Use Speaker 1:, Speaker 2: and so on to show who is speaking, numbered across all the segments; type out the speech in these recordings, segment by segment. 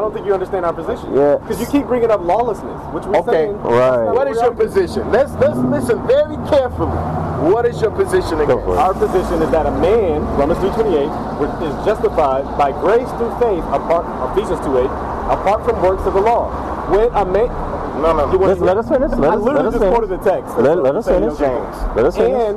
Speaker 1: I don't think you understand our position.
Speaker 2: Yeah.
Speaker 1: Because you keep bringing up lawlessness, which we're
Speaker 2: Okay,
Speaker 1: saying.
Speaker 2: right.
Speaker 3: What is your position? Let's let's listen very carefully. What is your position again?
Speaker 2: for it.
Speaker 1: Our position is that a man, Romans 3.28, which is justified by grace through faith, apart, Ephesians 2.8, apart from works of the law. When a man...
Speaker 3: No, no,
Speaker 1: You want
Speaker 2: Let's-
Speaker 1: to-
Speaker 2: let us finish, let
Speaker 1: I literally
Speaker 2: us- let us
Speaker 1: just
Speaker 2: finish.
Speaker 1: quoted the text.
Speaker 2: Let- let us
Speaker 1: Saying,
Speaker 2: finish.
Speaker 1: okay.
Speaker 2: Let us finish.
Speaker 1: And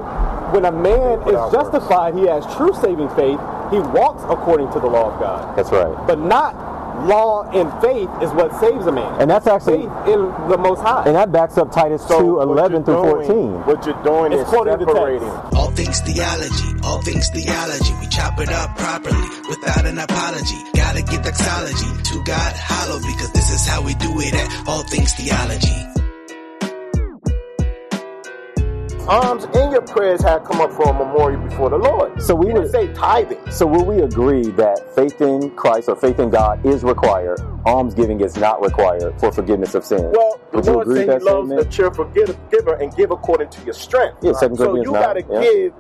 Speaker 1: when a man
Speaker 3: Put
Speaker 1: is
Speaker 3: out works.
Speaker 1: justified, he has true saving faith, he walks according to the law of God.
Speaker 2: That's right.
Speaker 1: But not law and faith is what saves a man.
Speaker 2: And that's actually,
Speaker 1: faith in the Most High.
Speaker 2: and that backs up Titus
Speaker 3: So
Speaker 2: two
Speaker 3: what
Speaker 2: eleven
Speaker 3: you're
Speaker 2: through
Speaker 3: doing-
Speaker 2: 14.
Speaker 3: What you're doing
Speaker 1: It's
Speaker 3: is
Speaker 1: quoting the text.
Speaker 3: separating.
Speaker 4: All things theology, all things theology. We chop it up properly without an apology. Gotta get doxology to God hollow because this is how we do it at All Things Theology.
Speaker 3: Alms and your prayers have come up for a memorial before the Lord.
Speaker 2: So we
Speaker 3: You didn't
Speaker 2: would-
Speaker 3: say tithing.
Speaker 2: So will we agree that faith in Christ or faith in God is required? Alms giving is not required for forgiveness of sin.
Speaker 3: Well, the
Speaker 2: would you
Speaker 3: Lord
Speaker 2: agree
Speaker 3: said
Speaker 2: with that
Speaker 3: He loves
Speaker 2: statement?
Speaker 3: the cheerful gi- giver and give according to your strength.
Speaker 2: Yeah, Second
Speaker 3: so
Speaker 2: Corinthians
Speaker 3: you
Speaker 2: nine,
Speaker 3: gotta
Speaker 2: yeah.
Speaker 3: give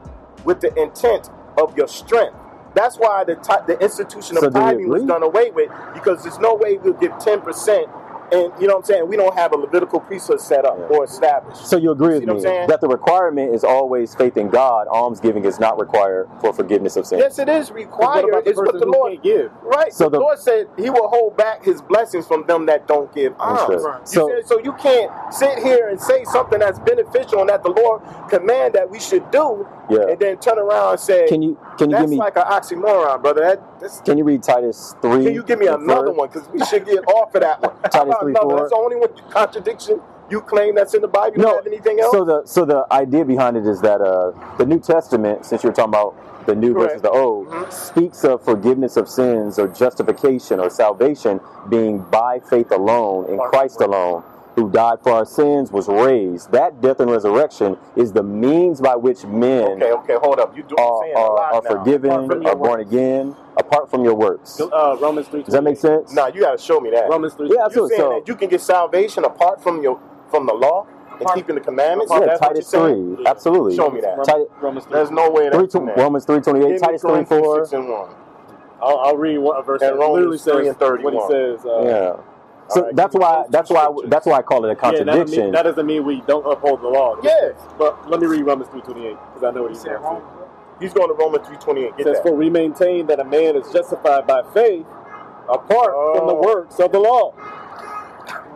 Speaker 3: with the intent of your strength. That's why the ti- the institution of
Speaker 2: So do you
Speaker 3: tithing was
Speaker 2: agree?
Speaker 3: done away with because there's no way we'll give ten percent, and you know what I'm saying. We don't have a Levitical priesthood set up
Speaker 2: Yeah.
Speaker 3: or established.
Speaker 2: So you agree
Speaker 3: See
Speaker 2: with
Speaker 3: what I'm
Speaker 2: me
Speaker 3: saying?
Speaker 2: that the requirement is always faith in God. Alms giving is not required for forgiveness of sin.
Speaker 3: yes, it is
Speaker 1: What
Speaker 3: required.
Speaker 1: about the
Speaker 3: it's what
Speaker 1: person
Speaker 3: the
Speaker 1: who
Speaker 3: Lord
Speaker 1: can't give?
Speaker 3: Right.
Speaker 2: So
Speaker 3: So the,
Speaker 2: the-
Speaker 3: Lord said He will hold back His blessings from them that don't give alms.
Speaker 2: Understood. Right.
Speaker 3: So,
Speaker 2: So-
Speaker 3: so you can't sit here and say something that's beneficial and that the Lord command that we should do,
Speaker 2: Yeah.
Speaker 3: and then turn around and say,
Speaker 2: Can you can you
Speaker 3: "That's
Speaker 2: give me
Speaker 3: like an oxymoron, brother." That, that's,
Speaker 2: can you read Titus three?
Speaker 3: can you give me
Speaker 2: and
Speaker 3: another
Speaker 2: four?
Speaker 3: one? Because we should get off of that one. How
Speaker 2: Titus
Speaker 3: about
Speaker 2: three,
Speaker 3: another?
Speaker 2: four.
Speaker 3: That's the only one contradiction you claim that's in the Bible. You
Speaker 2: No.
Speaker 3: don't have anything else?
Speaker 2: So the so the idea behind it is that uh, the New Testament, since you're talking about the New
Speaker 3: Correct.
Speaker 2: versus the Old, speaks of forgiveness of sins or justification or salvation being by faith alone in Christ alone, who died for our sins, was raised. That death and resurrection is the means by which men
Speaker 3: okay, okay, hold up. You doing
Speaker 2: are,
Speaker 3: saying a
Speaker 2: are,
Speaker 3: lot
Speaker 2: are
Speaker 3: now.
Speaker 2: forgiven,
Speaker 1: Apart from your
Speaker 2: are born
Speaker 1: works.
Speaker 2: again, apart from your works. Does
Speaker 1: Uh, Romans 3.28.
Speaker 2: that make sense?
Speaker 3: Nah, you got to show me that.
Speaker 1: Romans 3.
Speaker 2: Yeah,
Speaker 3: You're
Speaker 2: absolutely.
Speaker 3: saying
Speaker 2: So,
Speaker 3: that you can get salvation apart from your from the law and keeping the commandments.
Speaker 2: yeah,
Speaker 3: That's what
Speaker 2: Titus
Speaker 3: you're saying?
Speaker 2: 3, absolutely.
Speaker 3: Show me that.
Speaker 2: Titus,
Speaker 1: Romans 3.
Speaker 3: There's no way
Speaker 2: three,
Speaker 3: that's
Speaker 2: tw-
Speaker 3: in there.
Speaker 2: Romans
Speaker 3: Give
Speaker 2: 3.28,
Speaker 3: me
Speaker 2: Titus 3,
Speaker 3: Corinthians
Speaker 2: 4.
Speaker 3: six and one.
Speaker 1: I'll, I'll read one a verse
Speaker 3: And
Speaker 1: that literally
Speaker 3: Romans
Speaker 1: says
Speaker 3: 3 and
Speaker 1: what
Speaker 3: 31.
Speaker 1: he says. Uh,
Speaker 2: Yeah. So
Speaker 3: Alright,
Speaker 2: that's
Speaker 3: give me
Speaker 2: why
Speaker 3: those two
Speaker 2: that's why
Speaker 3: scriptures.
Speaker 2: that's why I call it a
Speaker 1: Yeah, that, doesn't mean,
Speaker 2: contradiction.
Speaker 1: that doesn't mean we don't uphold the law.
Speaker 3: Yeah.
Speaker 1: But let me read Romans 3.28 because I know what he said.
Speaker 3: He's going to Romans 328.
Speaker 1: It
Speaker 3: Get
Speaker 1: says,
Speaker 3: that.
Speaker 1: for we maintain that a man is justified by faith apart from the
Speaker 3: Oh.
Speaker 1: works of the law.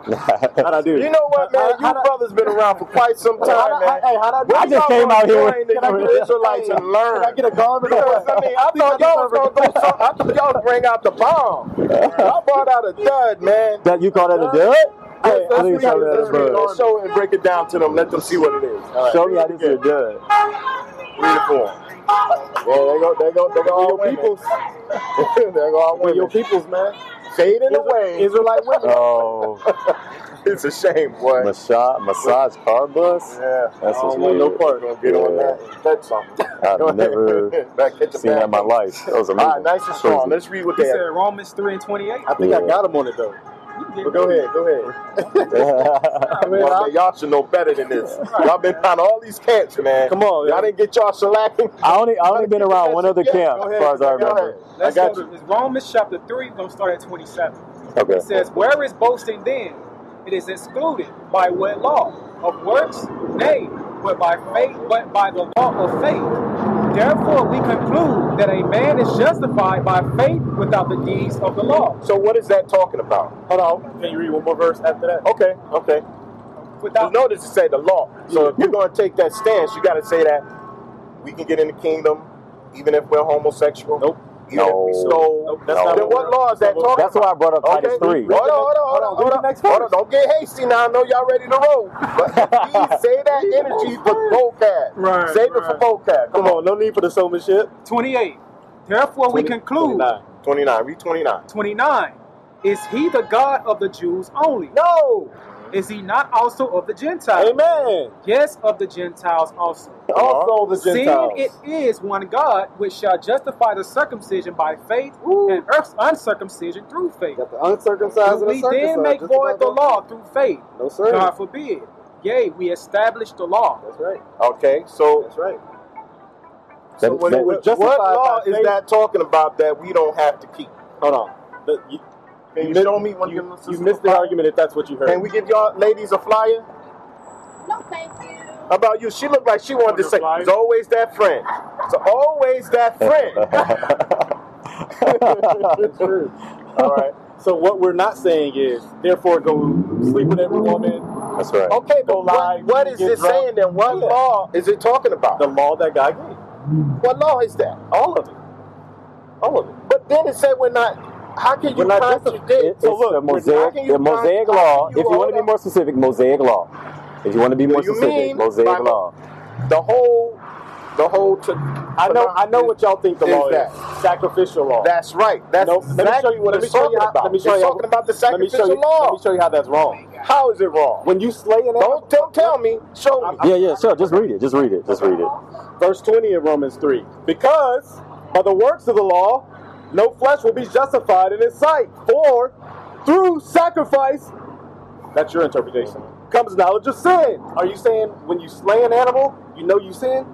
Speaker 1: How'd I do?
Speaker 3: You know what, man?
Speaker 1: How-
Speaker 3: you
Speaker 1: how- how-
Speaker 3: brothers been around for quite some time,
Speaker 1: how'd I-
Speaker 3: man.
Speaker 1: hey, how'd I do?
Speaker 2: I just came out here with-
Speaker 3: Can I get the Israelites and learn?
Speaker 1: Can I get a garment? or
Speaker 3: Because,
Speaker 1: what?
Speaker 3: I mean, I
Speaker 1: Think
Speaker 3: thought
Speaker 1: get
Speaker 3: y'all was
Speaker 1: something?
Speaker 3: going to do something. I thought y'all would bring out the bomb. I brought out a dud, man.
Speaker 2: that you call that a dud?
Speaker 3: Let's-
Speaker 2: Hey,
Speaker 3: let's
Speaker 2: I need
Speaker 3: read
Speaker 2: to show
Speaker 3: it.
Speaker 2: me
Speaker 3: Let's
Speaker 2: that
Speaker 3: read it
Speaker 2: bird.
Speaker 3: on show and break it down to them. Let them see what it is. All right.
Speaker 2: Show me how this is a dud.
Speaker 3: Read it for them. Yeah, they go, they go, they go all
Speaker 1: Your
Speaker 3: women.
Speaker 1: peoples.
Speaker 3: they go all
Speaker 1: We're
Speaker 3: women.
Speaker 1: your peoples, man.
Speaker 3: fading
Speaker 1: Israel-
Speaker 3: away.
Speaker 1: Israelite women.
Speaker 2: Oh,
Speaker 3: It's a shame, boy.
Speaker 2: massage, massage car bus.
Speaker 3: Yeah.
Speaker 2: That's
Speaker 1: I
Speaker 2: just
Speaker 1: don't want
Speaker 2: weird.
Speaker 1: no
Speaker 3: Part gonna get on that and touch something.
Speaker 2: I've never
Speaker 3: Back, hit the
Speaker 2: seen that in my
Speaker 3: bathroom.
Speaker 2: life. That was
Speaker 3: All
Speaker 2: amazing.
Speaker 3: right, nice and strong.
Speaker 2: Crazy.
Speaker 3: Let's read what
Speaker 5: He
Speaker 3: they
Speaker 5: said
Speaker 3: have.
Speaker 5: Romans 3 and 28.
Speaker 1: I think I
Speaker 2: Yeah.
Speaker 1: got him on it though.
Speaker 3: But go ahead, go ahead.
Speaker 1: I mean,
Speaker 3: Y'all,
Speaker 1: I-
Speaker 3: say, y'all should know better than this. Y'all been on all these camps, man.
Speaker 1: Come on,
Speaker 3: y'all
Speaker 1: yeah.
Speaker 3: didn't get y'all shellacking.
Speaker 2: I only I only been around one other
Speaker 3: Yeah,
Speaker 2: camp
Speaker 3: go
Speaker 2: as
Speaker 3: ahead.
Speaker 2: far as I
Speaker 3: Go ahead.
Speaker 2: remember.
Speaker 5: Let's
Speaker 3: I got
Speaker 5: go
Speaker 3: you.
Speaker 5: to it's Romans chapter 3, we're going to start at 27.
Speaker 2: Okay.
Speaker 5: It says, Where is boasting then? It is excluded by what law? Of works? Nay, but by faith, but by the law of faith. Therefore, we conclude that a man is justified by faith without the deeds of the law.
Speaker 3: So what is that talking about?
Speaker 1: Hold on. Can you read one more verse after that?
Speaker 3: Okay, okay.
Speaker 5: Without
Speaker 3: notice it said the law. So if you're going to take that stance, you got to say that we can get in the kingdom even if we're homosexual.
Speaker 1: Nope.
Speaker 3: Even if we
Speaker 2: No.
Speaker 3: stole.
Speaker 1: Nope,
Speaker 2: that's not
Speaker 3: then
Speaker 2: what
Speaker 3: what law is that talking
Speaker 2: That's
Speaker 3: about?
Speaker 2: why I brought up Titus three.
Speaker 3: Hold on, hold on, hold
Speaker 1: Hold
Speaker 3: on.
Speaker 1: on,
Speaker 3: Hold
Speaker 1: read
Speaker 3: on,
Speaker 1: the next
Speaker 3: hold on.
Speaker 1: verse.
Speaker 3: Don't get hasty now. I know y'all ready to roll. But please save that energy for vocab.
Speaker 5: Right,
Speaker 3: Save it for vocab. Come
Speaker 1: Come
Speaker 3: on.
Speaker 1: on, no need for the showmanship.
Speaker 5: 28. Therefore, we
Speaker 1: 20
Speaker 5: conclude
Speaker 1: 29.
Speaker 3: 29. Read 29.
Speaker 5: 29. Is he the God of the Jews only?
Speaker 1: No.
Speaker 5: Is he not also of the Gentiles?
Speaker 1: Amen.
Speaker 5: Yes, of the Gentiles also.
Speaker 1: Also the Gentiles.
Speaker 5: Seeing it is one God which shall justify the circumcision by faith and earth's uncircumcision through faith.
Speaker 1: Got the uncircumcised
Speaker 5: Do
Speaker 1: and
Speaker 5: we
Speaker 1: the circumcised.
Speaker 5: then make
Speaker 1: Just
Speaker 5: void
Speaker 1: about
Speaker 5: the
Speaker 1: that.
Speaker 5: law through faith?
Speaker 1: No sir.
Speaker 5: God forbid. Yea, we establish the law.
Speaker 1: That's right.
Speaker 3: Okay, so
Speaker 1: That's right.
Speaker 2: That-
Speaker 3: so what,
Speaker 2: that-
Speaker 3: what-
Speaker 1: justified
Speaker 3: what law
Speaker 1: by
Speaker 3: is
Speaker 1: faith.
Speaker 3: that talking about that we don't have to keep?
Speaker 1: Hold on. The, you,
Speaker 3: Can you, show me one of
Speaker 1: You,
Speaker 3: them
Speaker 1: you
Speaker 3: sisters
Speaker 1: missed
Speaker 3: a
Speaker 1: the
Speaker 3: flyer?
Speaker 1: argument if that's what you heard.
Speaker 3: Can we give y'all ladies a flyer?
Speaker 6: No, thank you.
Speaker 3: How about you? She looked like she wanted to say,
Speaker 5: Wonderful.
Speaker 3: "It's always that friend. It's always that friend."
Speaker 1: That's true.
Speaker 3: All right.
Speaker 1: So what we're not saying is, therefore, go sleep with every woman.
Speaker 2: That's right.
Speaker 3: Okay, but
Speaker 1: Don't lie,
Speaker 3: what, what is
Speaker 1: get
Speaker 3: it
Speaker 1: drunk.
Speaker 3: saying? Then what
Speaker 1: Yeah.
Speaker 3: law is it talking about?
Speaker 1: The law that God gave.
Speaker 3: what law is that?
Speaker 1: All of it. All of it.
Speaker 3: But then it said we're not. How can
Speaker 1: We're
Speaker 3: you
Speaker 1: not justified.
Speaker 3: contradict?
Speaker 2: It- it's the
Speaker 3: how
Speaker 2: mosaic,
Speaker 3: can you
Speaker 2: the mosaic
Speaker 3: con-
Speaker 2: law.
Speaker 3: how
Speaker 2: If
Speaker 3: can
Speaker 2: you want to be
Speaker 3: hold
Speaker 2: more specific, mosaic law. If you want to be more
Speaker 3: What you
Speaker 2: specific,
Speaker 3: mean
Speaker 2: mosaic
Speaker 3: by-
Speaker 2: law.
Speaker 3: up the whole, the whole. To,
Speaker 1: I know. I know what y'all think the
Speaker 3: is
Speaker 1: law is.
Speaker 3: that?
Speaker 1: Sacrificial law.
Speaker 3: That's right. That's
Speaker 1: Nope.
Speaker 3: exactly
Speaker 1: let me show you what
Speaker 3: it's
Speaker 1: it's talking
Speaker 3: talking
Speaker 1: how,
Speaker 3: about.
Speaker 1: Let me show
Speaker 3: it's
Speaker 1: you
Speaker 3: talking about the
Speaker 1: let me show
Speaker 3: sacrificial
Speaker 1: you-
Speaker 3: law.
Speaker 1: Let me show you how that's wrong.
Speaker 3: How is it wrong?
Speaker 1: When you slay an animal,
Speaker 3: Don't don't tell me. Show me.
Speaker 2: Yeah, yeah, sure. Just read it. Just read it. Just read it.
Speaker 1: verse 20 of Romans 3. Because by the works of the law, no flesh will be justified in his sight. For through sacrifice, that's your interpretation, comes knowledge of sin. Are you saying when you slay an animal, you know you sin?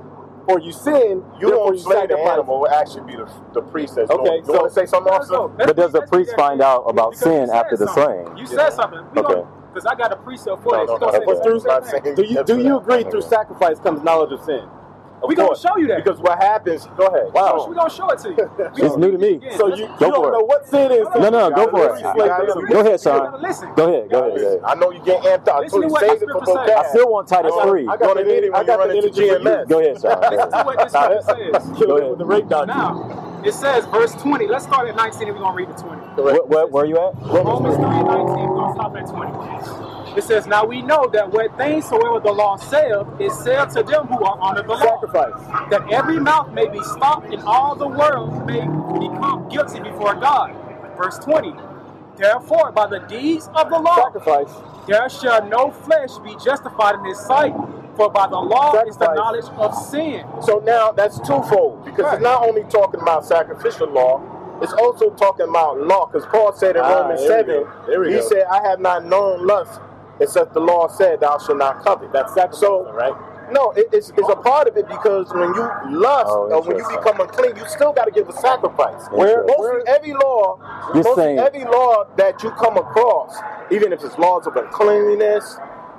Speaker 1: Or you sin, therefore
Speaker 3: You don't
Speaker 1: you
Speaker 3: slay the
Speaker 1: sacrifice?
Speaker 3: animal. It would actually be the, the priest that's
Speaker 1: Okay,
Speaker 3: doing it. You
Speaker 1: so-
Speaker 3: want to say something, officer?
Speaker 2: But does the priest find out about sin after the slaying?
Speaker 5: You said something. We
Speaker 2: Okay.
Speaker 5: don't, because I got a precept
Speaker 3: No,
Speaker 5: for this.
Speaker 3: no,
Speaker 5: You
Speaker 3: no,
Speaker 5: gonna say
Speaker 1: But
Speaker 5: the
Speaker 1: through-
Speaker 5: same
Speaker 3: I'm
Speaker 5: thing.
Speaker 3: saying
Speaker 1: Do you,
Speaker 3: that's
Speaker 1: do
Speaker 3: what
Speaker 1: you
Speaker 3: I-
Speaker 1: agree through sacrifice comes knowledge of sin?
Speaker 5: We gonna
Speaker 1: course.
Speaker 5: show you that.
Speaker 3: Because what happens? Go ahead.
Speaker 5: we gonna show it to you. We
Speaker 2: It's
Speaker 5: gonna
Speaker 2: new
Speaker 5: do
Speaker 2: to
Speaker 5: this
Speaker 2: me.
Speaker 5: again.
Speaker 1: So
Speaker 5: Let's-
Speaker 1: you, you
Speaker 2: Go
Speaker 1: don't
Speaker 2: for it.
Speaker 1: know what sin is.
Speaker 2: No, no, go for
Speaker 1: You slay an animal.
Speaker 2: it. Go ahead, Sean. Go ahead. Go ahead. Go ahead.
Speaker 3: I know you get amped up. I
Speaker 5: Listen
Speaker 3: told
Speaker 5: to
Speaker 3: you
Speaker 5: what
Speaker 3: save
Speaker 5: the
Speaker 3: it for
Speaker 5: scripture
Speaker 3: both
Speaker 5: says.
Speaker 2: I still want Titus
Speaker 1: I got-
Speaker 2: three.
Speaker 1: I
Speaker 3: You're
Speaker 1: got
Speaker 3: gonna
Speaker 1: the
Speaker 3: need
Speaker 1: energy.
Speaker 3: it
Speaker 1: I
Speaker 3: when you
Speaker 1: got
Speaker 3: run
Speaker 1: the
Speaker 3: into
Speaker 1: energy for you.
Speaker 3: GMS.
Speaker 2: Go ahead, Sean. Go
Speaker 5: Listen to
Speaker 2: ahead.
Speaker 5: what this scripture says.
Speaker 1: Kill
Speaker 2: Go
Speaker 1: it
Speaker 2: ahead.
Speaker 1: with the rape doctrine.
Speaker 5: Now, it says verse 20. Let's start at 19 and we're going to read the 20.
Speaker 2: Where, where, where you at?
Speaker 5: Romans 3 and 19, we're going to stop at 20. It says, Now we know that what things soever the law saith, it saith to them who are under the law.
Speaker 1: Sacrifice.
Speaker 5: That every mouth may be stopped and all the world may become guilty before God. Verse 20. Therefore, by the deeds of the law,
Speaker 1: Sacrifice.
Speaker 5: there shall no flesh be justified in his sight, for by the law is the
Speaker 1: Sacrifice.
Speaker 5: knowledge of sin.
Speaker 3: So now that's twofold because it's not only talking about sacrificial law, it's also talking about law. Because Paul said in
Speaker 1: Ah,
Speaker 3: Romans
Speaker 1: there we
Speaker 3: seven,
Speaker 1: go. There we
Speaker 3: he
Speaker 1: go.
Speaker 3: said, "I have not known lust, except the law said, Thou shalt not covet."
Speaker 1: That's sacrifice,
Speaker 3: So-
Speaker 1: right? Oh.
Speaker 3: No, it, it's, it's a part of it because when you lust
Speaker 2: Oh,
Speaker 3: or when you
Speaker 2: interesting.
Speaker 3: become unclean, you still got to give a sacrifice.
Speaker 2: Where-
Speaker 3: mostly
Speaker 2: where-
Speaker 3: every law,
Speaker 2: You're
Speaker 3: mostly
Speaker 2: saying-
Speaker 3: every law that you come across, even if it's laws of uncleanliness,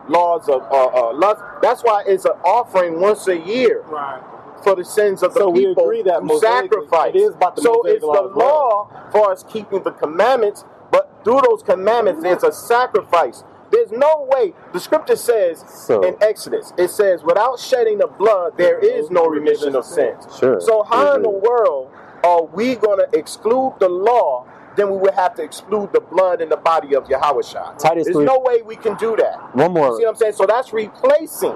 Speaker 3: laws of uh, uh, lust, that's why it's an offering once a year
Speaker 5: Right.
Speaker 3: for the sins of the
Speaker 1: So we
Speaker 3: people
Speaker 1: agree that
Speaker 3: who
Speaker 1: mosaically,
Speaker 3: sacrifice.
Speaker 1: it is about the
Speaker 3: so
Speaker 1: Mosaic
Speaker 3: it's the
Speaker 1: law as well.
Speaker 3: law for us keeping the commandments, but through those commandments, there's a sacrifice. There's no way. The scripture says
Speaker 2: So-
Speaker 3: in Exodus, it says, without shedding of blood, there is no remission of sins.
Speaker 2: Sure.
Speaker 3: So how in the
Speaker 2: Mhm.
Speaker 3: world are we going to exclude the law? Then we would have to exclude the blood in the body of Yahweh Shai.
Speaker 2: Titus
Speaker 3: There's
Speaker 2: three-
Speaker 3: no way we can do that.
Speaker 2: One
Speaker 3: You see what
Speaker 2: more.
Speaker 3: I'm saying? So that's replacing.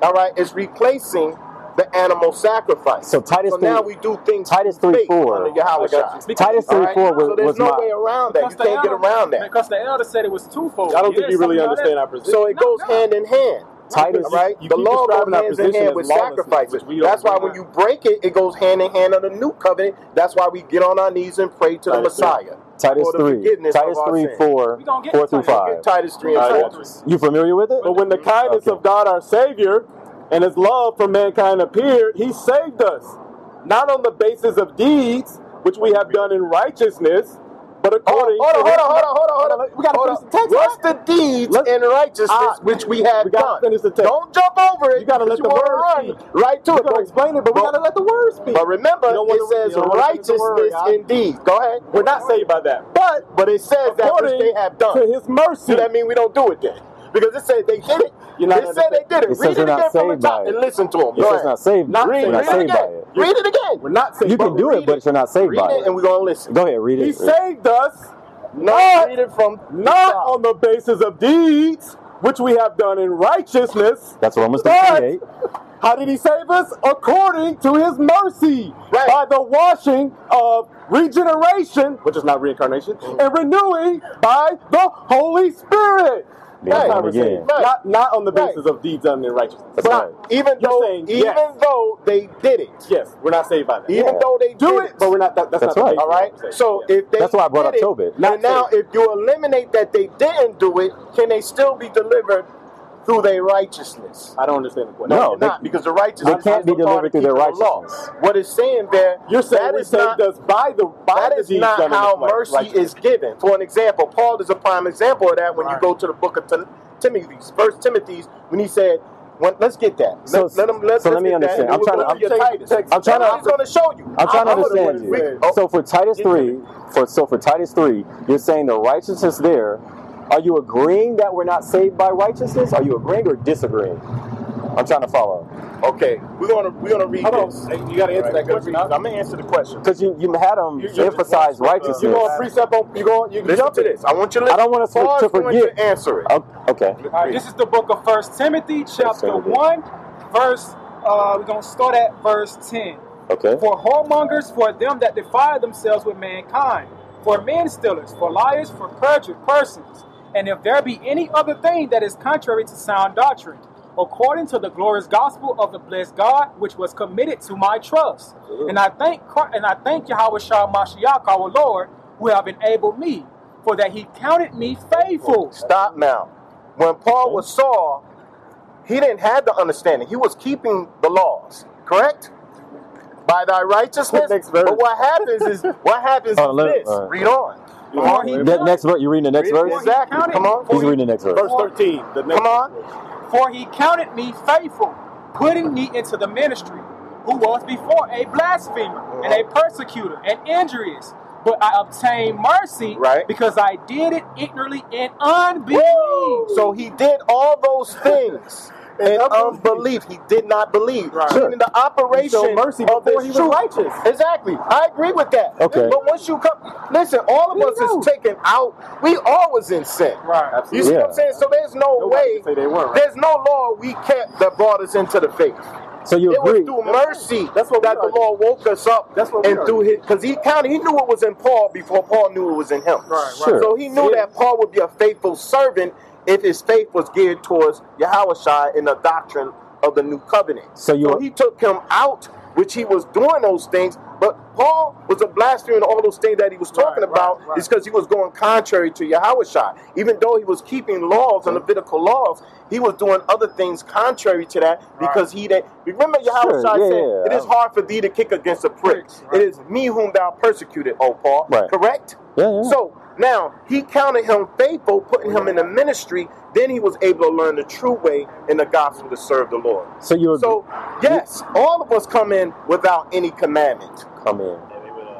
Speaker 3: All right, it's replacing the animal sacrifice.
Speaker 2: So Titus three-
Speaker 3: now we do things.
Speaker 2: Titus
Speaker 3: through
Speaker 2: three
Speaker 3: faith
Speaker 2: four.
Speaker 3: under Yahweh God.
Speaker 2: Titus
Speaker 3: All
Speaker 2: three
Speaker 3: right?
Speaker 2: four
Speaker 3: so
Speaker 2: was,
Speaker 3: there's
Speaker 2: was
Speaker 3: no
Speaker 2: my.
Speaker 3: way around that. You
Speaker 5: the
Speaker 3: can't get
Speaker 5: elder-
Speaker 3: around that.
Speaker 5: Because the elder said it was twofold.
Speaker 1: I don't think you really understand our position.
Speaker 3: So it
Speaker 5: No,
Speaker 3: goes
Speaker 5: no.
Speaker 3: hand in hand.
Speaker 2: Titus-
Speaker 3: All right?
Speaker 1: You
Speaker 3: the
Speaker 1: keep
Speaker 3: law
Speaker 1: describing
Speaker 3: goes
Speaker 1: our
Speaker 3: hand in
Speaker 1: position
Speaker 3: hand
Speaker 1: as
Speaker 3: with
Speaker 1: lawlessness,
Speaker 3: sacrifices.
Speaker 1: which we don't
Speaker 3: That's why when
Speaker 1: want.
Speaker 3: you break it, it goes hand in hand under the new covenant. That's why we get on our knees and pray to the
Speaker 1: Titus three.
Speaker 3: Messiah
Speaker 2: Titus
Speaker 3: for the
Speaker 2: three.
Speaker 3: forgiveness
Speaker 2: Titus
Speaker 3: of our
Speaker 2: three
Speaker 3: sins.
Speaker 2: four
Speaker 5: We gonna get
Speaker 2: four through
Speaker 5: Titus three.
Speaker 2: five.
Speaker 3: Get Titus three and
Speaker 1: All right.
Speaker 3: four.
Speaker 2: You familiar with it?
Speaker 1: But when the kindness
Speaker 2: Okay.
Speaker 1: of God our Savior and his love for mankind appeared, he saved us, not on the basis of deeds, which we have done in righteousness, but
Speaker 3: Hold on,
Speaker 1: according
Speaker 3: hold on,
Speaker 1: to
Speaker 3: hold on, hold on, hold on, hold on.
Speaker 1: We gotta
Speaker 3: Hold
Speaker 1: finish
Speaker 3: on.
Speaker 1: the text.
Speaker 3: What's
Speaker 1: man.
Speaker 3: the deeds
Speaker 1: Let's-
Speaker 3: in righteousness
Speaker 1: Ah,
Speaker 3: which we have
Speaker 1: we gotta
Speaker 3: done?
Speaker 1: finish the text.
Speaker 3: Don't jump over it.
Speaker 1: You gotta let
Speaker 3: because
Speaker 1: the
Speaker 3: wanna
Speaker 1: word
Speaker 3: run
Speaker 1: speak.
Speaker 3: right to
Speaker 1: We're
Speaker 3: it.
Speaker 1: gonna explain it, but we gotta let the word speak.
Speaker 3: But remember,
Speaker 1: You don't wanna-
Speaker 3: it says
Speaker 1: you don't wanna finish the
Speaker 3: righteousness
Speaker 1: word, y'all.
Speaker 3: in deeds. Go ahead.
Speaker 1: We're not saved by that.
Speaker 3: But but it says that which
Speaker 1: According
Speaker 3: they have
Speaker 1: to
Speaker 3: done.
Speaker 1: his mercy.
Speaker 3: So that mean we don't do it then, because it said they did it.
Speaker 1: You're not
Speaker 3: it said they did it.
Speaker 2: It says
Speaker 3: Read
Speaker 2: we're
Speaker 3: it
Speaker 2: not
Speaker 3: again from the
Speaker 2: saved by
Speaker 3: top
Speaker 2: it.
Speaker 3: and listen to them.
Speaker 2: It says not saved.
Speaker 1: Not
Speaker 2: we're
Speaker 1: saved.
Speaker 2: not
Speaker 3: Read it
Speaker 2: saved by
Speaker 3: again.
Speaker 2: it.
Speaker 3: Read it again.
Speaker 1: We're not saved
Speaker 2: You
Speaker 1: by
Speaker 2: can do it, but you're not saved
Speaker 3: Read
Speaker 2: by
Speaker 3: it and
Speaker 2: it.
Speaker 3: we're gonna listen.
Speaker 2: Go ahead, read
Speaker 1: He
Speaker 2: it.
Speaker 1: saved us
Speaker 3: No, read it from
Speaker 1: not
Speaker 3: the top.
Speaker 1: on the basis of deeds which we have done in righteousness.
Speaker 2: That's Romans three
Speaker 1: but
Speaker 2: eight.
Speaker 1: How did he save us? According to his mercy,
Speaker 3: Right.
Speaker 1: by the washing of regeneration, which is not reincarnation,
Speaker 3: Mm.
Speaker 1: and renewing by the Holy Spirit.
Speaker 2: Being
Speaker 1: That's how
Speaker 2: born
Speaker 1: we're
Speaker 2: again.
Speaker 1: saved.
Speaker 3: Right.
Speaker 1: Not, not on the
Speaker 3: Right.
Speaker 1: basis of deeds done in righteousness.
Speaker 2: That's
Speaker 3: But
Speaker 2: right.
Speaker 3: even
Speaker 1: You're
Speaker 3: though
Speaker 1: saying
Speaker 3: even
Speaker 1: yes.
Speaker 3: though they did it,
Speaker 1: Yes, we're not saved by that.
Speaker 3: even
Speaker 2: Yeah.
Speaker 3: though they
Speaker 1: Do
Speaker 3: did
Speaker 1: it, but we're not. That, that's,
Speaker 2: That's
Speaker 1: not
Speaker 2: right.
Speaker 1: The basis
Speaker 3: All
Speaker 1: of
Speaker 3: right.
Speaker 1: what I'm saying.
Speaker 3: So
Speaker 1: Yeah.
Speaker 3: if they
Speaker 2: That's why I brought up
Speaker 3: did it,
Speaker 2: Tobit.
Speaker 3: And now, if you eliminate that they didn't do it, can they still be delivered through their righteousness.
Speaker 1: I don't understand the question.
Speaker 2: No,
Speaker 3: they're not,
Speaker 2: they-
Speaker 3: because the righteousness
Speaker 2: they can't
Speaker 3: is
Speaker 2: be
Speaker 3: the part
Speaker 2: delivered
Speaker 3: of
Speaker 2: through their
Speaker 3: keeping the law.
Speaker 2: righteousness.
Speaker 3: What it's saying there,
Speaker 1: You're saying
Speaker 3: that
Speaker 1: we
Speaker 3: is not
Speaker 1: saved us by the by
Speaker 3: that
Speaker 1: the
Speaker 3: is
Speaker 1: deeds
Speaker 3: not
Speaker 1: done in the
Speaker 3: how
Speaker 1: flesh,
Speaker 3: mercy
Speaker 1: right?
Speaker 3: is given. For an example, Paul is a prime example of that when you go to the book of Tim- Timothy's, First Timothy's, when he said, when, "Let's get that." Let,
Speaker 2: So-
Speaker 3: let him. Let,
Speaker 2: so let me
Speaker 3: let's get that,
Speaker 2: understand.
Speaker 3: and
Speaker 2: I'm
Speaker 3: we'll
Speaker 2: trying
Speaker 3: go
Speaker 2: to-
Speaker 3: your
Speaker 1: I'm-
Speaker 3: Titus.
Speaker 1: I'm
Speaker 3: That's
Speaker 2: trying to-
Speaker 3: what I'm going to show you.
Speaker 2: I'm trying to
Speaker 3: I'm gonna
Speaker 2: understand
Speaker 3: read-
Speaker 2: you.
Speaker 3: oh,
Speaker 2: So for Titus three, for so for Titus three, you're saying the righteousness there. Are you agreeing that we're not saved by righteousness? Are you agreeing or disagreeing? I'm trying to follow
Speaker 5: Oh,
Speaker 3: okay, we're gonna we're gonna read
Speaker 1: Hold on.
Speaker 3: this.
Speaker 1: Hey, You got to answer that question.
Speaker 3: I'm gonna answer the question.
Speaker 2: because you you uh, had them
Speaker 1: You- you-
Speaker 2: emphasize righteousness.
Speaker 1: You going precept on you going you
Speaker 3: Listen
Speaker 1: jump
Speaker 3: to
Speaker 1: to
Speaker 3: this. I want you to.
Speaker 2: I don't want us to-
Speaker 3: Paul's
Speaker 2: to
Speaker 3: going
Speaker 2: forget.
Speaker 3: To answer it.
Speaker 2: O- Oh, okay.
Speaker 5: All right, this is the book of First Timothy, chapter
Speaker 2: Timothy.
Speaker 5: one, verse. Uh, we're gonna start at verse ten.
Speaker 2: Okay.
Speaker 5: For whoremongers, for them that defile themselves with mankind, for men stealers, for liars, for perjured persons, and if there be any other thing that is contrary to sound doctrine, according to the glorious gospel of the blessed God, which was committed to my trust. And I thank Chri- and I thank Yahweh Shah Mashiach, our Lord, who have enabled me, for that he counted me faithful.
Speaker 3: Stop now. When Paul was Saul, he didn't have the understanding. He was keeping the laws, correct? By thy righteousness.
Speaker 2: Next verse.
Speaker 3: but what happens is what happens
Speaker 2: Oh,
Speaker 3: is
Speaker 2: let-
Speaker 3: this.
Speaker 2: all right.
Speaker 3: Read on. Come
Speaker 5: For
Speaker 3: on.
Speaker 5: he
Speaker 2: That
Speaker 5: counted-
Speaker 2: next verse, you reading the next verse?
Speaker 3: Exactly.
Speaker 5: counted-
Speaker 3: Come on.
Speaker 2: He's reading the next verse.
Speaker 1: verse thirteen. The next
Speaker 3: Come on.
Speaker 5: For he counted me faithful, putting me into the ministry, who was before a blasphemer and a
Speaker 1: Uh-huh.
Speaker 5: persecutor and injurious. But I obtained mercy
Speaker 3: Right.
Speaker 5: because I did it ignorantly and unbelief.
Speaker 3: So he did all those things. In unbelief, he did not believe. Right.
Speaker 2: Sure.
Speaker 3: the operation
Speaker 1: He showed mercy
Speaker 3: of
Speaker 1: before
Speaker 3: this
Speaker 1: he was
Speaker 3: truth.
Speaker 1: righteous.
Speaker 3: Exactly, I agree with that.
Speaker 2: Okay.
Speaker 3: but once you come, listen, all of us is taken out. We all was in sin.
Speaker 5: Right.
Speaker 3: You see
Speaker 2: Yeah.
Speaker 3: what I'm saying? So there's no
Speaker 1: Nobody
Speaker 3: way.
Speaker 1: can say they weren't, right?
Speaker 3: There's no law we kept that brought us into the faith.
Speaker 2: So you
Speaker 3: It was
Speaker 2: agree?
Speaker 3: through mercy
Speaker 1: That's what we
Speaker 3: that the
Speaker 1: are.
Speaker 3: law woke us up.
Speaker 1: That's what we
Speaker 3: and
Speaker 1: are.
Speaker 3: through his because he counted, he knew it was in Paul before Paul knew it was in him.
Speaker 2: right. Sure.
Speaker 3: So he knew
Speaker 1: Yeah.
Speaker 3: that Paul would be a faithful servant if his faith was geared towards Yahushua in the doctrine of the new covenant.
Speaker 2: So you-
Speaker 3: he took him out, which he was doing those things, but Paul was a blasphemer and all those things that he was talking about is because he was going contrary to Yahushua. Even though he was keeping laws and Levitical laws, he was doing other things contrary to that because he didn't remember Yahushua
Speaker 2: Sure, yeah,
Speaker 3: said,
Speaker 2: yeah.
Speaker 3: It is hard for thee to kick against a prick. It is me whom thou persecuted, O Paul.
Speaker 2: Right.
Speaker 3: Correct?
Speaker 2: Yeah, yeah.
Speaker 3: So now he counted him faithful, putting him in the ministry. Then he was able to learn the true way in the gospel to serve the Lord.
Speaker 2: So you agree?
Speaker 3: So yes, all of us come in without any commandment
Speaker 2: come in.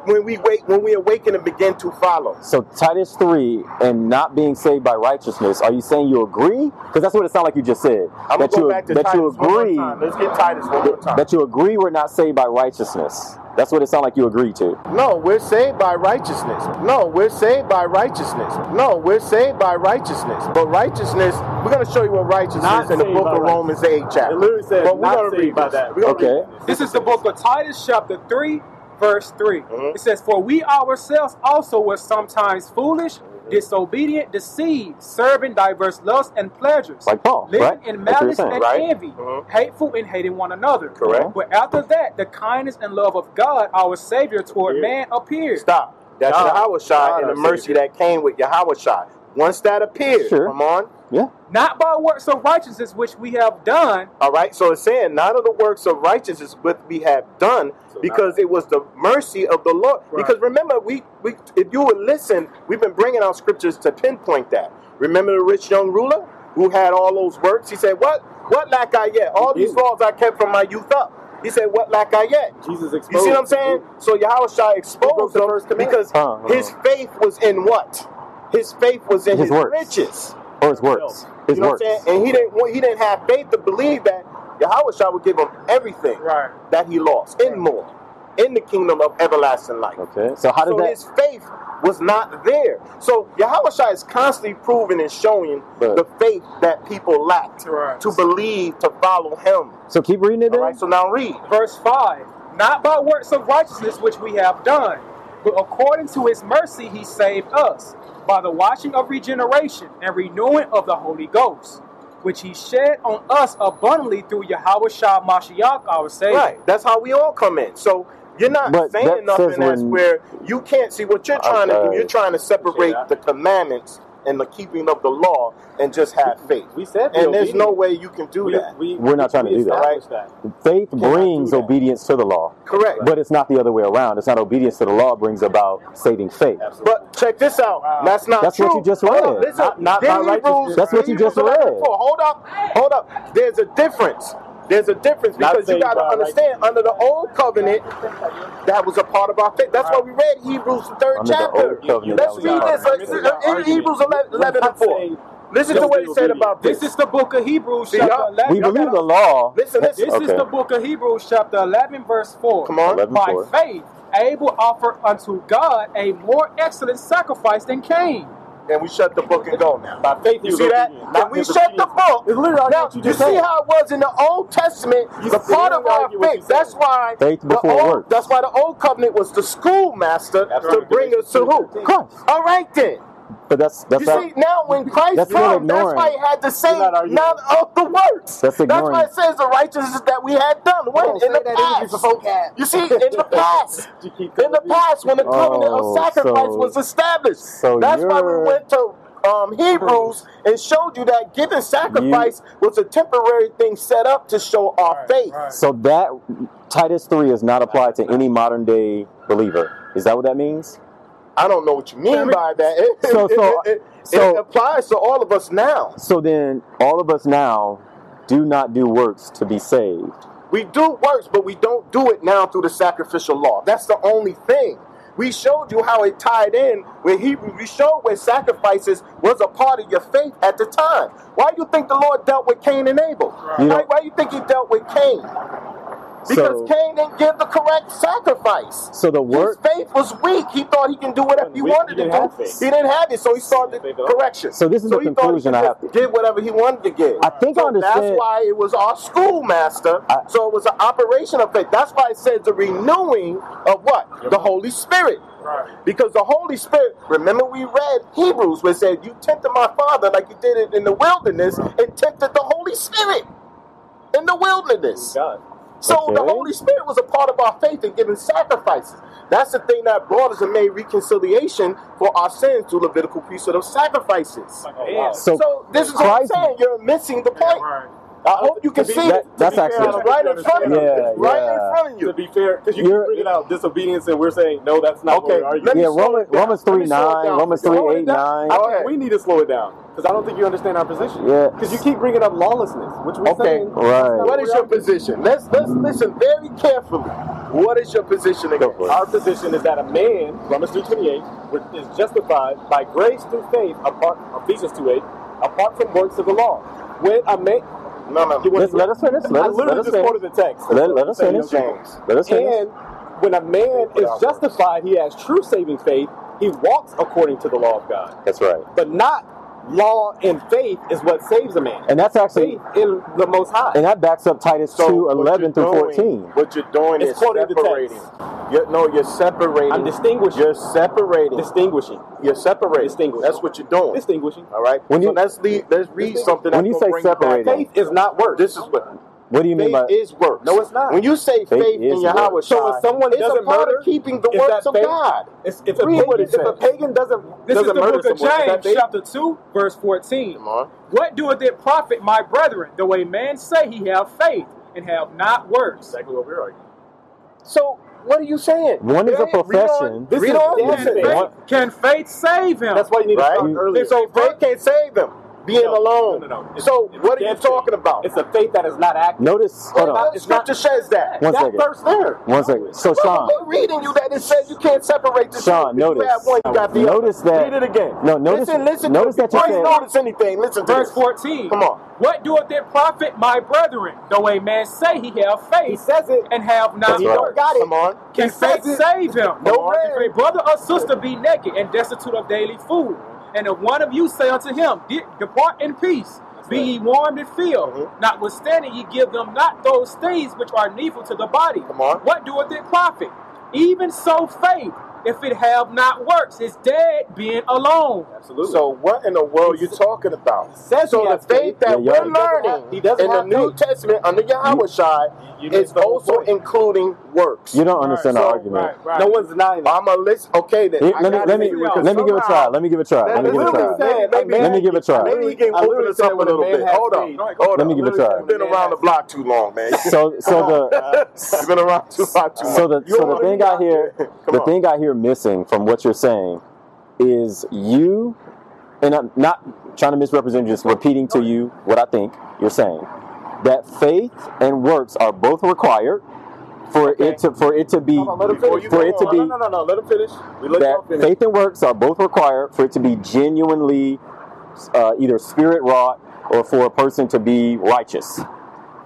Speaker 3: when we wait when we awaken and begin to follow.
Speaker 2: So Titus three and not being saved by righteousness. Are you saying you agree? Because that's what it sounds like you just said.
Speaker 3: I'm
Speaker 2: that
Speaker 3: gonna go
Speaker 2: you
Speaker 3: back to
Speaker 2: that
Speaker 3: Titus
Speaker 2: you
Speaker 3: one more
Speaker 2: agree
Speaker 3: time. Let's get Titus one more time.
Speaker 2: that you agree we're not saved by righteousness. That's what it sounds like you agree to.
Speaker 3: No, we're saved by righteousness. No, we're saved by righteousness. No, we're saved by righteousness. But righteousness, we're going to show you what righteousness
Speaker 1: Not
Speaker 3: is in the
Speaker 1: saved
Speaker 3: book
Speaker 1: by
Speaker 3: of Romans 8 chapter.
Speaker 1: It literally says
Speaker 3: but we're
Speaker 1: not
Speaker 3: gonna
Speaker 1: saved
Speaker 3: read
Speaker 1: by
Speaker 3: this.
Speaker 1: that.
Speaker 3: We're gonna
Speaker 2: Okay.
Speaker 3: read this.
Speaker 5: This is the book of Titus, chapter 3, verse 3.
Speaker 2: Uh-huh.
Speaker 5: It says, For we ourselves also were sometimes foolish,
Speaker 2: Uh-huh.
Speaker 5: disobedient, deceived, serving diverse lusts and pleasures,
Speaker 2: Like Paul,
Speaker 5: living
Speaker 2: right? Uh-huh.
Speaker 5: in
Speaker 2: That's what you're
Speaker 5: malice
Speaker 2: saying,
Speaker 5: and
Speaker 3: right?
Speaker 5: envy, hateful and hating one another.
Speaker 3: Correct.
Speaker 5: But after that, the kindness and love of God, our Savior, toward man appeared.
Speaker 3: Stop. That's
Speaker 1: God,
Speaker 3: Yahushua
Speaker 1: God,
Speaker 3: and the
Speaker 1: our
Speaker 3: mercy
Speaker 1: Savior.
Speaker 3: that came with Yahushua. Once that appeared,
Speaker 2: Sure.
Speaker 3: come on.
Speaker 2: Yeah.
Speaker 5: Not by works of righteousness which we have done,
Speaker 3: All right. So it's saying none of the works of righteousness which we have done, because it was the mercy of the Lord. Because remember, we, we if you would listen, we've been bringing out scriptures to pinpoint that. Remember the rich young ruler who had all those works. He said, "What? What lack I yet? All these laws I kept from my youth up." He said, "What lack I yet?"
Speaker 1: Jesus exposed.
Speaker 3: You see what I'm saying? So Yahushua exposed
Speaker 1: the
Speaker 3: him
Speaker 1: first commandment.
Speaker 3: because
Speaker 2: Huh, huh.
Speaker 3: his faith was in what? His faith was in his,
Speaker 2: His works.
Speaker 3: riches.
Speaker 2: Or his works. His
Speaker 3: you know
Speaker 2: works.
Speaker 3: what I'm saying? And he didn't want, he didn't have faith to believe that Yahushua would give him everything
Speaker 5: Right.
Speaker 3: that he lost and more in the kingdom of everlasting life.
Speaker 2: Okay. So how does
Speaker 3: So
Speaker 2: that?
Speaker 3: his faith was not there. So Yahushua is constantly proving and showing
Speaker 2: But-
Speaker 3: the faith that people lacked
Speaker 5: Right.
Speaker 3: to believe to follow him.
Speaker 2: so keep reading it. Then.
Speaker 3: All right, so now read.
Speaker 5: verse 5 not by works of righteousness which we have done but according to his mercy he saved us by the washing of regeneration and renewing of the holy ghost which he shed on us abundantly through Yahweh Shah Mashiach, our Savior.
Speaker 3: Right. That's how we all come in. So you're not
Speaker 2: But that
Speaker 3: saying
Speaker 2: says
Speaker 3: nothing that's
Speaker 2: when-
Speaker 3: where you can't see what you're trying to
Speaker 2: Okay.
Speaker 3: do. You're trying to separate the commandments and the keeping of the law and just have faith.
Speaker 1: We said be
Speaker 3: and there's no
Speaker 1: obedient.
Speaker 3: way you can do that.
Speaker 1: we,
Speaker 2: We're not trying to
Speaker 1: we
Speaker 2: do that.
Speaker 1: established that.
Speaker 2: Faith
Speaker 3: do
Speaker 2: brings
Speaker 3: that.
Speaker 2: obedience to the law.
Speaker 3: Correct.
Speaker 2: But it's not the other way around. It's not obedience to the law brings about saving faith.
Speaker 3: But check this out. That's not
Speaker 2: That's
Speaker 3: true.
Speaker 2: what you just
Speaker 3: Hold
Speaker 2: read.
Speaker 3: up, listen.
Speaker 1: Not- not
Speaker 3: Then
Speaker 1: by
Speaker 3: he
Speaker 1: righteousness.
Speaker 3: rules-
Speaker 2: That's what
Speaker 3: then
Speaker 2: you
Speaker 3: he
Speaker 2: just
Speaker 3: rules
Speaker 2: read.
Speaker 3: eleven four. Hold up. Hold up. There's a difference. There's a difference
Speaker 1: Not
Speaker 3: because you
Speaker 1: saved
Speaker 3: got to
Speaker 1: by
Speaker 3: understand under the old covenant, that was a part of our faith. That's why we read Hebrews, the third
Speaker 2: Under the
Speaker 3: chapter.
Speaker 2: old covenant, that
Speaker 3: Let's
Speaker 2: was
Speaker 3: read
Speaker 2: a part
Speaker 3: this.
Speaker 2: of our
Speaker 3: Let's-
Speaker 1: faith.
Speaker 3: uh, Hebrews 11, 11 and 4. Listen to
Speaker 1: Don't
Speaker 3: what
Speaker 1: be
Speaker 3: it said
Speaker 1: obedient.
Speaker 3: about
Speaker 5: This
Speaker 3: this.
Speaker 5: is the book of Hebrews,
Speaker 3: See, y'all-
Speaker 5: chapter 11.
Speaker 2: We
Speaker 5: Y'all
Speaker 2: believe
Speaker 5: gotta-
Speaker 2: the law.
Speaker 3: Listen, listen.
Speaker 5: This is
Speaker 2: Okay.
Speaker 5: the book of Hebrews, chapter 11, verse 4.
Speaker 3: Come on.
Speaker 2: 11,
Speaker 5: By
Speaker 2: 4.
Speaker 5: faith, Abel offered unto God a more excellent sacrifice than Cain.
Speaker 3: And we shut the book and go now.
Speaker 1: By faith, he
Speaker 3: You
Speaker 1: was
Speaker 3: see that?
Speaker 1: obedient, not
Speaker 3: And we
Speaker 1: his
Speaker 3: shut the
Speaker 1: obedience.
Speaker 3: book.
Speaker 1: It's literally
Speaker 3: Now,
Speaker 1: what you
Speaker 3: you
Speaker 1: just
Speaker 3: see
Speaker 1: said.
Speaker 3: how it was in the Old Testament,
Speaker 1: You
Speaker 3: the
Speaker 1: see,
Speaker 3: part
Speaker 1: you
Speaker 3: of our
Speaker 1: argue what you
Speaker 3: faith. That's
Speaker 1: said.
Speaker 3: why
Speaker 2: Faith
Speaker 3: the
Speaker 2: before
Speaker 3: old,
Speaker 2: works.
Speaker 3: That's why the old covenant was the schoolmaster to
Speaker 1: right.
Speaker 3: bring us to who?
Speaker 2: Christ.
Speaker 3: All right then.
Speaker 2: But that's that's
Speaker 3: You
Speaker 2: not-
Speaker 3: see, now when Christ
Speaker 2: That's not
Speaker 3: comes, that's
Speaker 2: ignoring.
Speaker 3: why he had to say
Speaker 1: You're not arguing.
Speaker 3: none of the works.
Speaker 2: That's ignoring.
Speaker 3: why it says the righteousness that we had done. When? In the past. You see, in the past.
Speaker 1: You keep
Speaker 3: In the
Speaker 1: telling me.
Speaker 3: past, when the covenant
Speaker 2: Oh,
Speaker 3: of sacrifice
Speaker 2: so-
Speaker 3: was established.
Speaker 2: so
Speaker 3: that's why
Speaker 2: you're-
Speaker 3: we went to um, Hebrews and showed you that giving sacrifice was a temporary thing set up to show our faith.
Speaker 2: so that Titus three is not applied to any modern day believer. Is that what that means?
Speaker 3: I don't know what you mean by that. It,
Speaker 2: So-
Speaker 3: it-
Speaker 2: so-
Speaker 3: it- it-
Speaker 2: so-
Speaker 3: it applies to all of us now.
Speaker 2: So then all of us now do not do works to be saved.
Speaker 3: We do works, but we don't do it now through the sacrificial law. That's the only thing. We showed you how it tied in with Hebrews. We showed where sacrifices was a part of your faith at the time. Why do you think the Lord dealt with Cain and Abel?
Speaker 2: You
Speaker 3: Why,
Speaker 2: know-
Speaker 3: why do you think he dealt with Cain? Because
Speaker 2: So-
Speaker 3: Cain didn't give the correct sacrifice.
Speaker 2: So the
Speaker 3: His
Speaker 2: work
Speaker 3: faith was weak. He thought he can do whatever he
Speaker 1: Weak,
Speaker 3: wanted
Speaker 1: he
Speaker 3: to
Speaker 1: didn't
Speaker 3: do.
Speaker 1: have faith.
Speaker 3: He didn't have it, so he started
Speaker 1: Faith at all.
Speaker 3: correction.
Speaker 2: So this is the
Speaker 3: he thought he
Speaker 2: conclusion
Speaker 3: could
Speaker 2: I have
Speaker 3: just
Speaker 2: to-
Speaker 3: Did whatever he wanted to give.
Speaker 2: I think I
Speaker 3: so
Speaker 2: understand-
Speaker 3: That's why it was our schoolmaster.
Speaker 2: I-
Speaker 3: so it was an operation of faith. That's why it says the renewing of what the Holy Spirit. Because the Holy Spirit, remember we read Hebrews where it said, You tempted my father like you did it in the wilderness and tempted the Holy Spirit in the wilderness.
Speaker 1: God.
Speaker 3: So the
Speaker 2: Okay.
Speaker 3: Holy Spirit was a part of our faith in giving sacrifices. That's the thing that brought us and made reconciliation for our sins through Levitical priesthood of sacrifices.
Speaker 1: Oh, wow.
Speaker 2: So-
Speaker 3: So, this is what I'm
Speaker 2: Christ-
Speaker 3: saying. You're missing the point. I hope you can
Speaker 1: To
Speaker 3: see
Speaker 1: be-
Speaker 3: it.
Speaker 2: That- that's
Speaker 3: To be
Speaker 2: actually-
Speaker 3: fair, it's right in front of you.
Speaker 2: Yeah,
Speaker 3: It's right
Speaker 2: yeah.
Speaker 3: in front of
Speaker 1: To
Speaker 3: you.
Speaker 1: be fair, because you keep
Speaker 2: You're-
Speaker 1: bringing out disobedience, and we're saying no, that's not
Speaker 3: Okay,
Speaker 1: what we're arguing.
Speaker 3: let me
Speaker 2: yeah,
Speaker 3: slow
Speaker 2: Roman,
Speaker 3: it down.
Speaker 2: Romans
Speaker 3: Let
Speaker 2: three
Speaker 3: me slow it
Speaker 2: nine,
Speaker 3: down.
Speaker 2: Romans
Speaker 3: Slow
Speaker 2: three
Speaker 3: it
Speaker 2: eight
Speaker 3: down.
Speaker 2: nine.
Speaker 1: I
Speaker 3: Go
Speaker 1: think
Speaker 3: ahead.
Speaker 1: we need to slow it down because I don't think you understand our position.
Speaker 2: Yeah.
Speaker 1: Because you keep bringing up lawlessness, which we're
Speaker 3: Okay,
Speaker 1: saying.
Speaker 2: right.
Speaker 3: What is your position? Let's let's listen very carefully. What is your position again?
Speaker 2: for it.
Speaker 1: Our position is that a man, Romans three twenty eight, which is justified by grace through faith, apart Ephesians two eight, apart from works of the law. When a man,
Speaker 3: No, no.
Speaker 1: you wanna-
Speaker 2: Let's- let us finish, let
Speaker 1: I
Speaker 2: us-
Speaker 1: literally
Speaker 2: let us
Speaker 1: just quoted the text.
Speaker 2: Let, let us finish. Let us finish.
Speaker 1: And when a man is justified, he has true saving faith. He walks according to the law of God,
Speaker 2: That's right.
Speaker 1: but not law and faith is what saves a man.
Speaker 2: And that's actually,
Speaker 1: faith in the Most High.
Speaker 2: and that backs up Titus
Speaker 3: So
Speaker 2: two
Speaker 3: what
Speaker 2: eleven
Speaker 3: you're
Speaker 2: through
Speaker 3: doing-
Speaker 2: fourteen.
Speaker 3: What you're doing
Speaker 1: It's
Speaker 3: is
Speaker 1: quoting the
Speaker 3: separating.
Speaker 1: text.
Speaker 3: You're, no, you're separating.
Speaker 1: I'm distinguishing.
Speaker 3: You're separating.
Speaker 1: distinguishing.
Speaker 3: you're separating.
Speaker 1: Distinguish.
Speaker 3: That's what you're doing.
Speaker 1: Distinguishing.
Speaker 3: All right.
Speaker 2: When
Speaker 3: so
Speaker 2: you-
Speaker 3: let's lead, let's read something.
Speaker 2: When
Speaker 3: that's
Speaker 2: you
Speaker 3: gonna
Speaker 2: say
Speaker 3: bring back-
Speaker 2: separating-
Speaker 1: Faith is not work.
Speaker 3: this is what
Speaker 2: What do you mean by?
Speaker 3: faith is works.
Speaker 1: No, it's not.
Speaker 3: When you say faith,
Speaker 2: Faith
Speaker 3: in
Speaker 2: is
Speaker 3: Yahweh,
Speaker 2: works.
Speaker 1: So if someone
Speaker 3: it's
Speaker 1: doesn't
Speaker 3: a part
Speaker 1: murder,
Speaker 3: of keeping the
Speaker 1: is
Speaker 3: works
Speaker 1: that
Speaker 3: of
Speaker 1: faith?
Speaker 3: God.
Speaker 1: It's, it's a
Speaker 3: Read
Speaker 1: pagan,
Speaker 3: what it
Speaker 1: if a
Speaker 3: says.
Speaker 1: pagan doesn't
Speaker 5: This is
Speaker 1: doesn't
Speaker 5: the
Speaker 1: murder
Speaker 5: book of
Speaker 1: someone, is that
Speaker 5: James,
Speaker 1: faith?
Speaker 5: chapter 2, verse 14.
Speaker 3: Come on.
Speaker 5: What doeth it profit, my brethren, though a man say he have faith and have not works?
Speaker 1: Exactly what we're arguing.
Speaker 3: So what are you saying?
Speaker 2: One is a
Speaker 3: Read on.
Speaker 2: profession.
Speaker 1: This
Speaker 3: Read
Speaker 1: is
Speaker 3: on.
Speaker 1: dead
Speaker 3: Listen.
Speaker 1: faith.
Speaker 5: Faith- Can faith save him?
Speaker 1: That's why you need
Speaker 3: Right?
Speaker 1: to start
Speaker 2: You-
Speaker 1: earlier.
Speaker 3: So faith can't save them. Being
Speaker 1: No,
Speaker 3: alone.
Speaker 1: no, no, no. It's-
Speaker 3: So
Speaker 1: it's
Speaker 3: what are you
Speaker 1: dead
Speaker 3: talking
Speaker 1: faith.
Speaker 3: about?
Speaker 1: It's a faith that is not active.
Speaker 2: Notice. Hold
Speaker 3: Well,
Speaker 2: on.
Speaker 3: the scripture says that.
Speaker 2: One
Speaker 3: that
Speaker 2: second.
Speaker 3: verse there.
Speaker 2: One second. So Sean,
Speaker 3: We're reading you that it says you can't separate the
Speaker 2: Sean,
Speaker 3: two. If
Speaker 2: notice.
Speaker 3: You have one, you got the
Speaker 2: Notice
Speaker 3: other.
Speaker 2: that-
Speaker 3: Read it again.
Speaker 2: No, notice-
Speaker 3: Listen, listen.
Speaker 2: notice
Speaker 3: to
Speaker 2: that you
Speaker 3: Before you
Speaker 2: said-
Speaker 3: notice anything, listen to
Speaker 5: Verse
Speaker 3: this.
Speaker 5: 14.
Speaker 3: Come on.
Speaker 5: What doeth it profit, my brethren, though a man say he have faith
Speaker 1: He says it.
Speaker 5: and have not
Speaker 2: That's right.
Speaker 5: works?
Speaker 3: Got it. Come on.
Speaker 5: Can
Speaker 1: He says
Speaker 5: faith
Speaker 1: it.
Speaker 5: save him?
Speaker 3: No way.
Speaker 5: If a brother or sister be naked and destitute of daily food, and if one of you say unto him, "De- Depart in peace, be
Speaker 1: right.
Speaker 5: ye warmed and filled, notwithstanding ye give them not those things which are needful to the body,
Speaker 3: Come on.
Speaker 5: what doeth it profit? Even so, faith, if it have not works. It's dead being alone.
Speaker 1: Absolutely.
Speaker 3: So what in the world you talking about?
Speaker 5: says
Speaker 3: So
Speaker 5: he
Speaker 3: the
Speaker 5: has
Speaker 3: faith that
Speaker 2: Yeah, y'all-
Speaker 3: we're
Speaker 2: He
Speaker 1: doesn't have-
Speaker 3: learning
Speaker 1: he doesn't
Speaker 3: in the
Speaker 1: have
Speaker 3: New
Speaker 1: faith.
Speaker 3: Testament under Yahweh Shai
Speaker 1: you missed
Speaker 3: is
Speaker 1: the whole
Speaker 3: also
Speaker 1: point.
Speaker 3: including works.
Speaker 2: You don't understand the
Speaker 5: so,
Speaker 2: argument.
Speaker 5: Right, right.
Speaker 1: No one's denying that.
Speaker 3: I'm a list. Okay, then
Speaker 2: Here,
Speaker 3: I
Speaker 2: let me
Speaker 3: gotta
Speaker 2: let me
Speaker 3: figure it out.
Speaker 2: let me give it a try.
Speaker 3: Somehow-
Speaker 2: Let me give it a try. Let me give it a try.
Speaker 3: literally said-
Speaker 1: Let
Speaker 3: maybe-
Speaker 2: me give it a try.
Speaker 3: Maybe he can
Speaker 1: I
Speaker 3: open
Speaker 1: literally
Speaker 3: us up
Speaker 1: said
Speaker 3: a
Speaker 1: when
Speaker 3: little
Speaker 1: man
Speaker 3: bit.
Speaker 1: has
Speaker 3: Hold on,
Speaker 1: faith.
Speaker 3: hold
Speaker 2: Let
Speaker 3: on.
Speaker 2: me give it a try.
Speaker 3: You've been around the block too long, man.
Speaker 2: So so the
Speaker 3: You've been around too long too long.
Speaker 2: so the
Speaker 3: You
Speaker 2: so the
Speaker 3: already
Speaker 2: thing I
Speaker 3: got
Speaker 2: hear
Speaker 3: there. Come
Speaker 2: the
Speaker 3: on.
Speaker 2: thing I hear missing from what you're saying is you and I'm not trying to misrepresent you, just repeating to you what I think you're saying. That faith and works are both required for it to for it to be
Speaker 1: Come on, let him
Speaker 2: for
Speaker 1: finish.
Speaker 2: it to
Speaker 1: No,
Speaker 2: be
Speaker 1: no, no, no, no. Let him finish. We let y'all
Speaker 2: that
Speaker 1: finish.
Speaker 2: faith and works are both required for it to be genuinely uh, either spirit wrought or for a person to be righteous.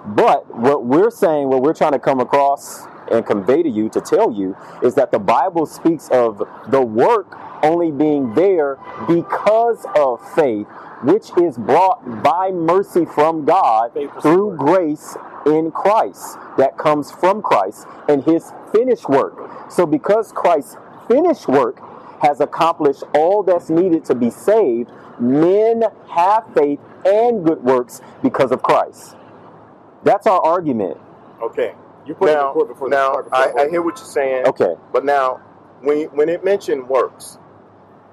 Speaker 2: But what we're saying, what we're trying to come across and convey to you, to tell you, is that the Bible speaks of the work only being there because of faith, which is brought by mercy from God
Speaker 1: Faith is
Speaker 2: through
Speaker 1: the
Speaker 2: grace in Christ that comes from Christ and his finished work. So because Christ's finished work has accomplished all that's needed to be saved, men have faith and good works because of Christ. That's our argument.
Speaker 3: Okay.
Speaker 1: You put it in
Speaker 3: Now,
Speaker 1: court before the
Speaker 3: now
Speaker 1: court before
Speaker 3: I,
Speaker 1: the
Speaker 3: I hear what you're saying.
Speaker 2: Okay.
Speaker 3: But now, when when it mentioned works,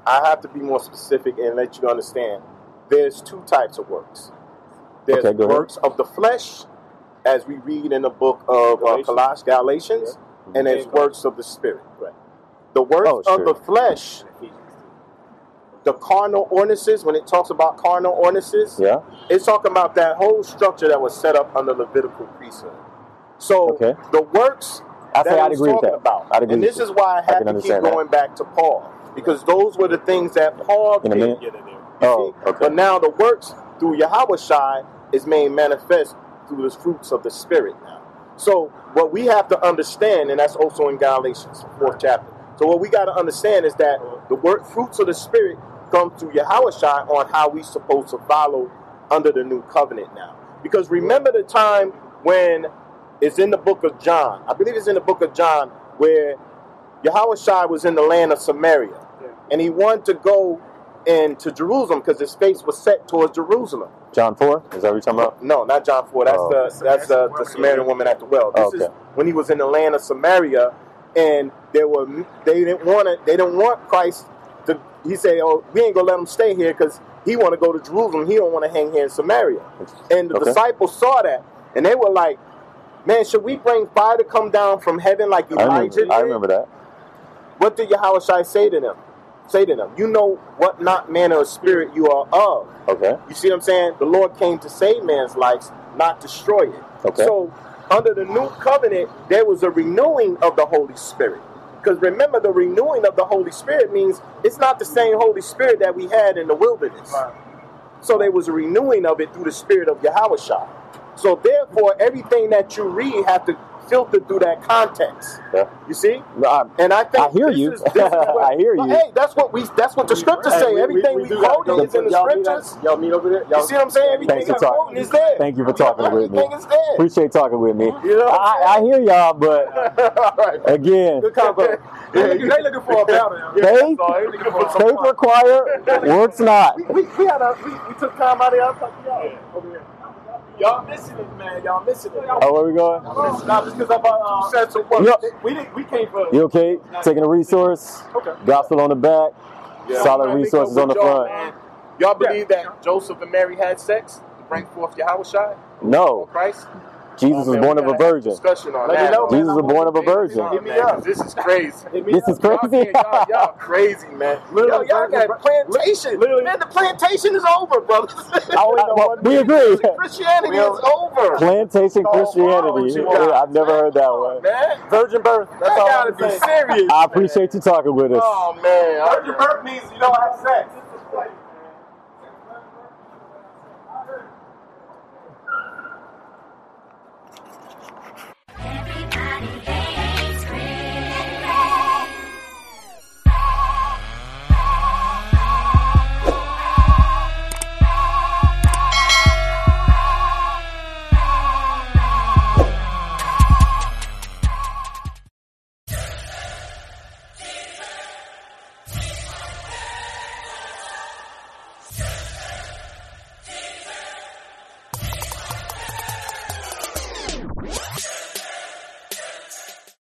Speaker 3: I have to be more specific and let you understand. There's two types of works. There's
Speaker 2: Okay, go ahead.
Speaker 3: works of the flesh, as we read in the book of uh,
Speaker 1: Galatians. Mm-hmm.
Speaker 3: Colossians, Galatians, and there's
Speaker 1: And
Speaker 3: works of the spirit. Right. The works
Speaker 2: Oh,
Speaker 3: of
Speaker 2: sure.
Speaker 3: the flesh, the carnal ordinances. When it talks about carnal ordinances,
Speaker 2: Yeah.
Speaker 3: it's talking about that whole structure that was set up under Levitical priesthood. So
Speaker 2: Okay.
Speaker 3: the works
Speaker 2: I say
Speaker 3: that
Speaker 2: I'd
Speaker 3: it's
Speaker 2: agree with
Speaker 3: talking
Speaker 2: that.
Speaker 3: about,
Speaker 2: I'd agree
Speaker 3: and
Speaker 2: with
Speaker 3: this
Speaker 2: you.
Speaker 3: is why I
Speaker 2: I
Speaker 3: have
Speaker 2: can
Speaker 3: to keep
Speaker 2: understand that.
Speaker 3: going back to Paul because those were the things that Paul
Speaker 2: In a
Speaker 3: did.
Speaker 2: minute.
Speaker 3: You see?
Speaker 2: Oh, okay.
Speaker 3: But now the works through Yahweh Shai is made manifest through the fruits of the Spirit. Now, so what we have to understand, and that's also in Galatians fourth chapter. So what we got to understand is that the work fruits of the Spirit come through Yahweh Shai on how we supposed to follow under the new covenant now. Because remember the time when it's in the book of John. I believe it's in the book of John where Yahushua was in the land of Samaria, and he wanted to go into Jerusalem because his face was set towards Jerusalem.
Speaker 2: John 4? Is that what you're talking about?
Speaker 3: No, not John four. That's
Speaker 2: Oh.
Speaker 3: the that's the, the Samaritan woman at the well. This is
Speaker 2: Okay.
Speaker 3: when he was in the land of Samaria, and there were they didn't want it. They didn't want Christ. To, he said, "Oh, we ain't gonna let him stay here because he want to go to Jerusalem. He don't want to hang here in Samaria." And the
Speaker 2: Okay.
Speaker 3: disciples saw that, and they were like, "Man, should we bring fire to come down from heaven like
Speaker 2: I
Speaker 3: Elijah did?"
Speaker 2: remember, I remember that.
Speaker 3: What did Yahweh Shai say to them? Say to them, you know what not manner of spirit you are of.
Speaker 2: Okay.
Speaker 3: You see what I'm saying? The Lord came to save man's lives, not destroy it.
Speaker 2: Okay.
Speaker 3: So under the new covenant, there was a renewing of the Holy Spirit. Because remember, the renewing of the Holy Spirit means it's not the same Holy Spirit that we had in the wilderness. So there was a renewing of it through the spirit of Yahushua. So therefore, everything that you read have to filter through that context.
Speaker 2: Yeah.
Speaker 3: You see?
Speaker 2: No, I'm-
Speaker 3: And I think
Speaker 2: I hear
Speaker 3: this
Speaker 2: you.
Speaker 3: Is, this is what,
Speaker 2: I hear
Speaker 3: But,
Speaker 2: you.
Speaker 3: Hey, that's what we. That's what the scriptures
Speaker 1: Hey,
Speaker 3: say. Everything we,
Speaker 1: do gotta
Speaker 3: quoting
Speaker 1: go
Speaker 3: is in the
Speaker 1: y'all meet up-
Speaker 3: scriptures.
Speaker 1: Y'all meet over there. Y'all,
Speaker 3: You see what I'm saying? Everything
Speaker 2: Thanks for
Speaker 3: we're quoting
Speaker 2: talking.
Speaker 3: is there.
Speaker 2: Thank you for talking with me.
Speaker 3: Everything is there.
Speaker 2: Appreciate talking with me.
Speaker 3: You know what
Speaker 2: I, I
Speaker 3: I'm
Speaker 2: hear y'all, but
Speaker 3: All right.
Speaker 2: again,
Speaker 3: Good combo.
Speaker 5: They looking, they looking for a battle.
Speaker 2: Faith?
Speaker 5: They looking for
Speaker 2: faith
Speaker 5: someone.
Speaker 2: required, works not.
Speaker 3: we, we had a we, we took time out of y'all talking to y'all over here. Y'all missing it, man. Y'all missing it. Y'all
Speaker 2: Oh, where we going?
Speaker 1: Nah, just because I bought. Uh,
Speaker 3: said some work.
Speaker 2: Yep.
Speaker 1: we didn't. We came for.
Speaker 2: You okay? Taking a resource, gospel on the back, solid resources on the front.
Speaker 3: Y'all believe that Joseph and Mary had sex to bring forth Yahweh Shai,
Speaker 2: No,
Speaker 3: Christ? Oh,
Speaker 2: Jesus was
Speaker 3: Man,
Speaker 2: born
Speaker 3: we
Speaker 2: of a
Speaker 3: gotta have
Speaker 2: virgin.
Speaker 3: Discussion
Speaker 1: Let
Speaker 3: on
Speaker 1: me
Speaker 3: that.
Speaker 1: know,
Speaker 3: man.
Speaker 2: Jesus was born of a virgin.
Speaker 3: Hit me up. This is crazy.
Speaker 1: Hit me
Speaker 2: This
Speaker 1: up.
Speaker 2: is crazy.
Speaker 3: Y'all, can't- y'all, y'all crazy, man.
Speaker 1: Literally,
Speaker 3: Yo, y'all got plantation.
Speaker 1: literally-
Speaker 3: man, the plantation is over, brothers.
Speaker 1: I only know
Speaker 2: Well,
Speaker 1: one
Speaker 2: we
Speaker 1: thing.
Speaker 2: agree.
Speaker 3: Christianity
Speaker 1: We
Speaker 3: is over.
Speaker 2: Plantation
Speaker 1: Oh,
Speaker 2: Christianity.
Speaker 1: wow, you
Speaker 2: I've never heard that one.
Speaker 3: Man,
Speaker 1: Virgin birth. That's
Speaker 3: I
Speaker 1: all
Speaker 3: gotta
Speaker 1: I'm
Speaker 3: be
Speaker 1: saying.
Speaker 3: serious.
Speaker 2: I appreciate you talking with us.
Speaker 3: Oh man,
Speaker 1: Virgin birth means you don't have sex.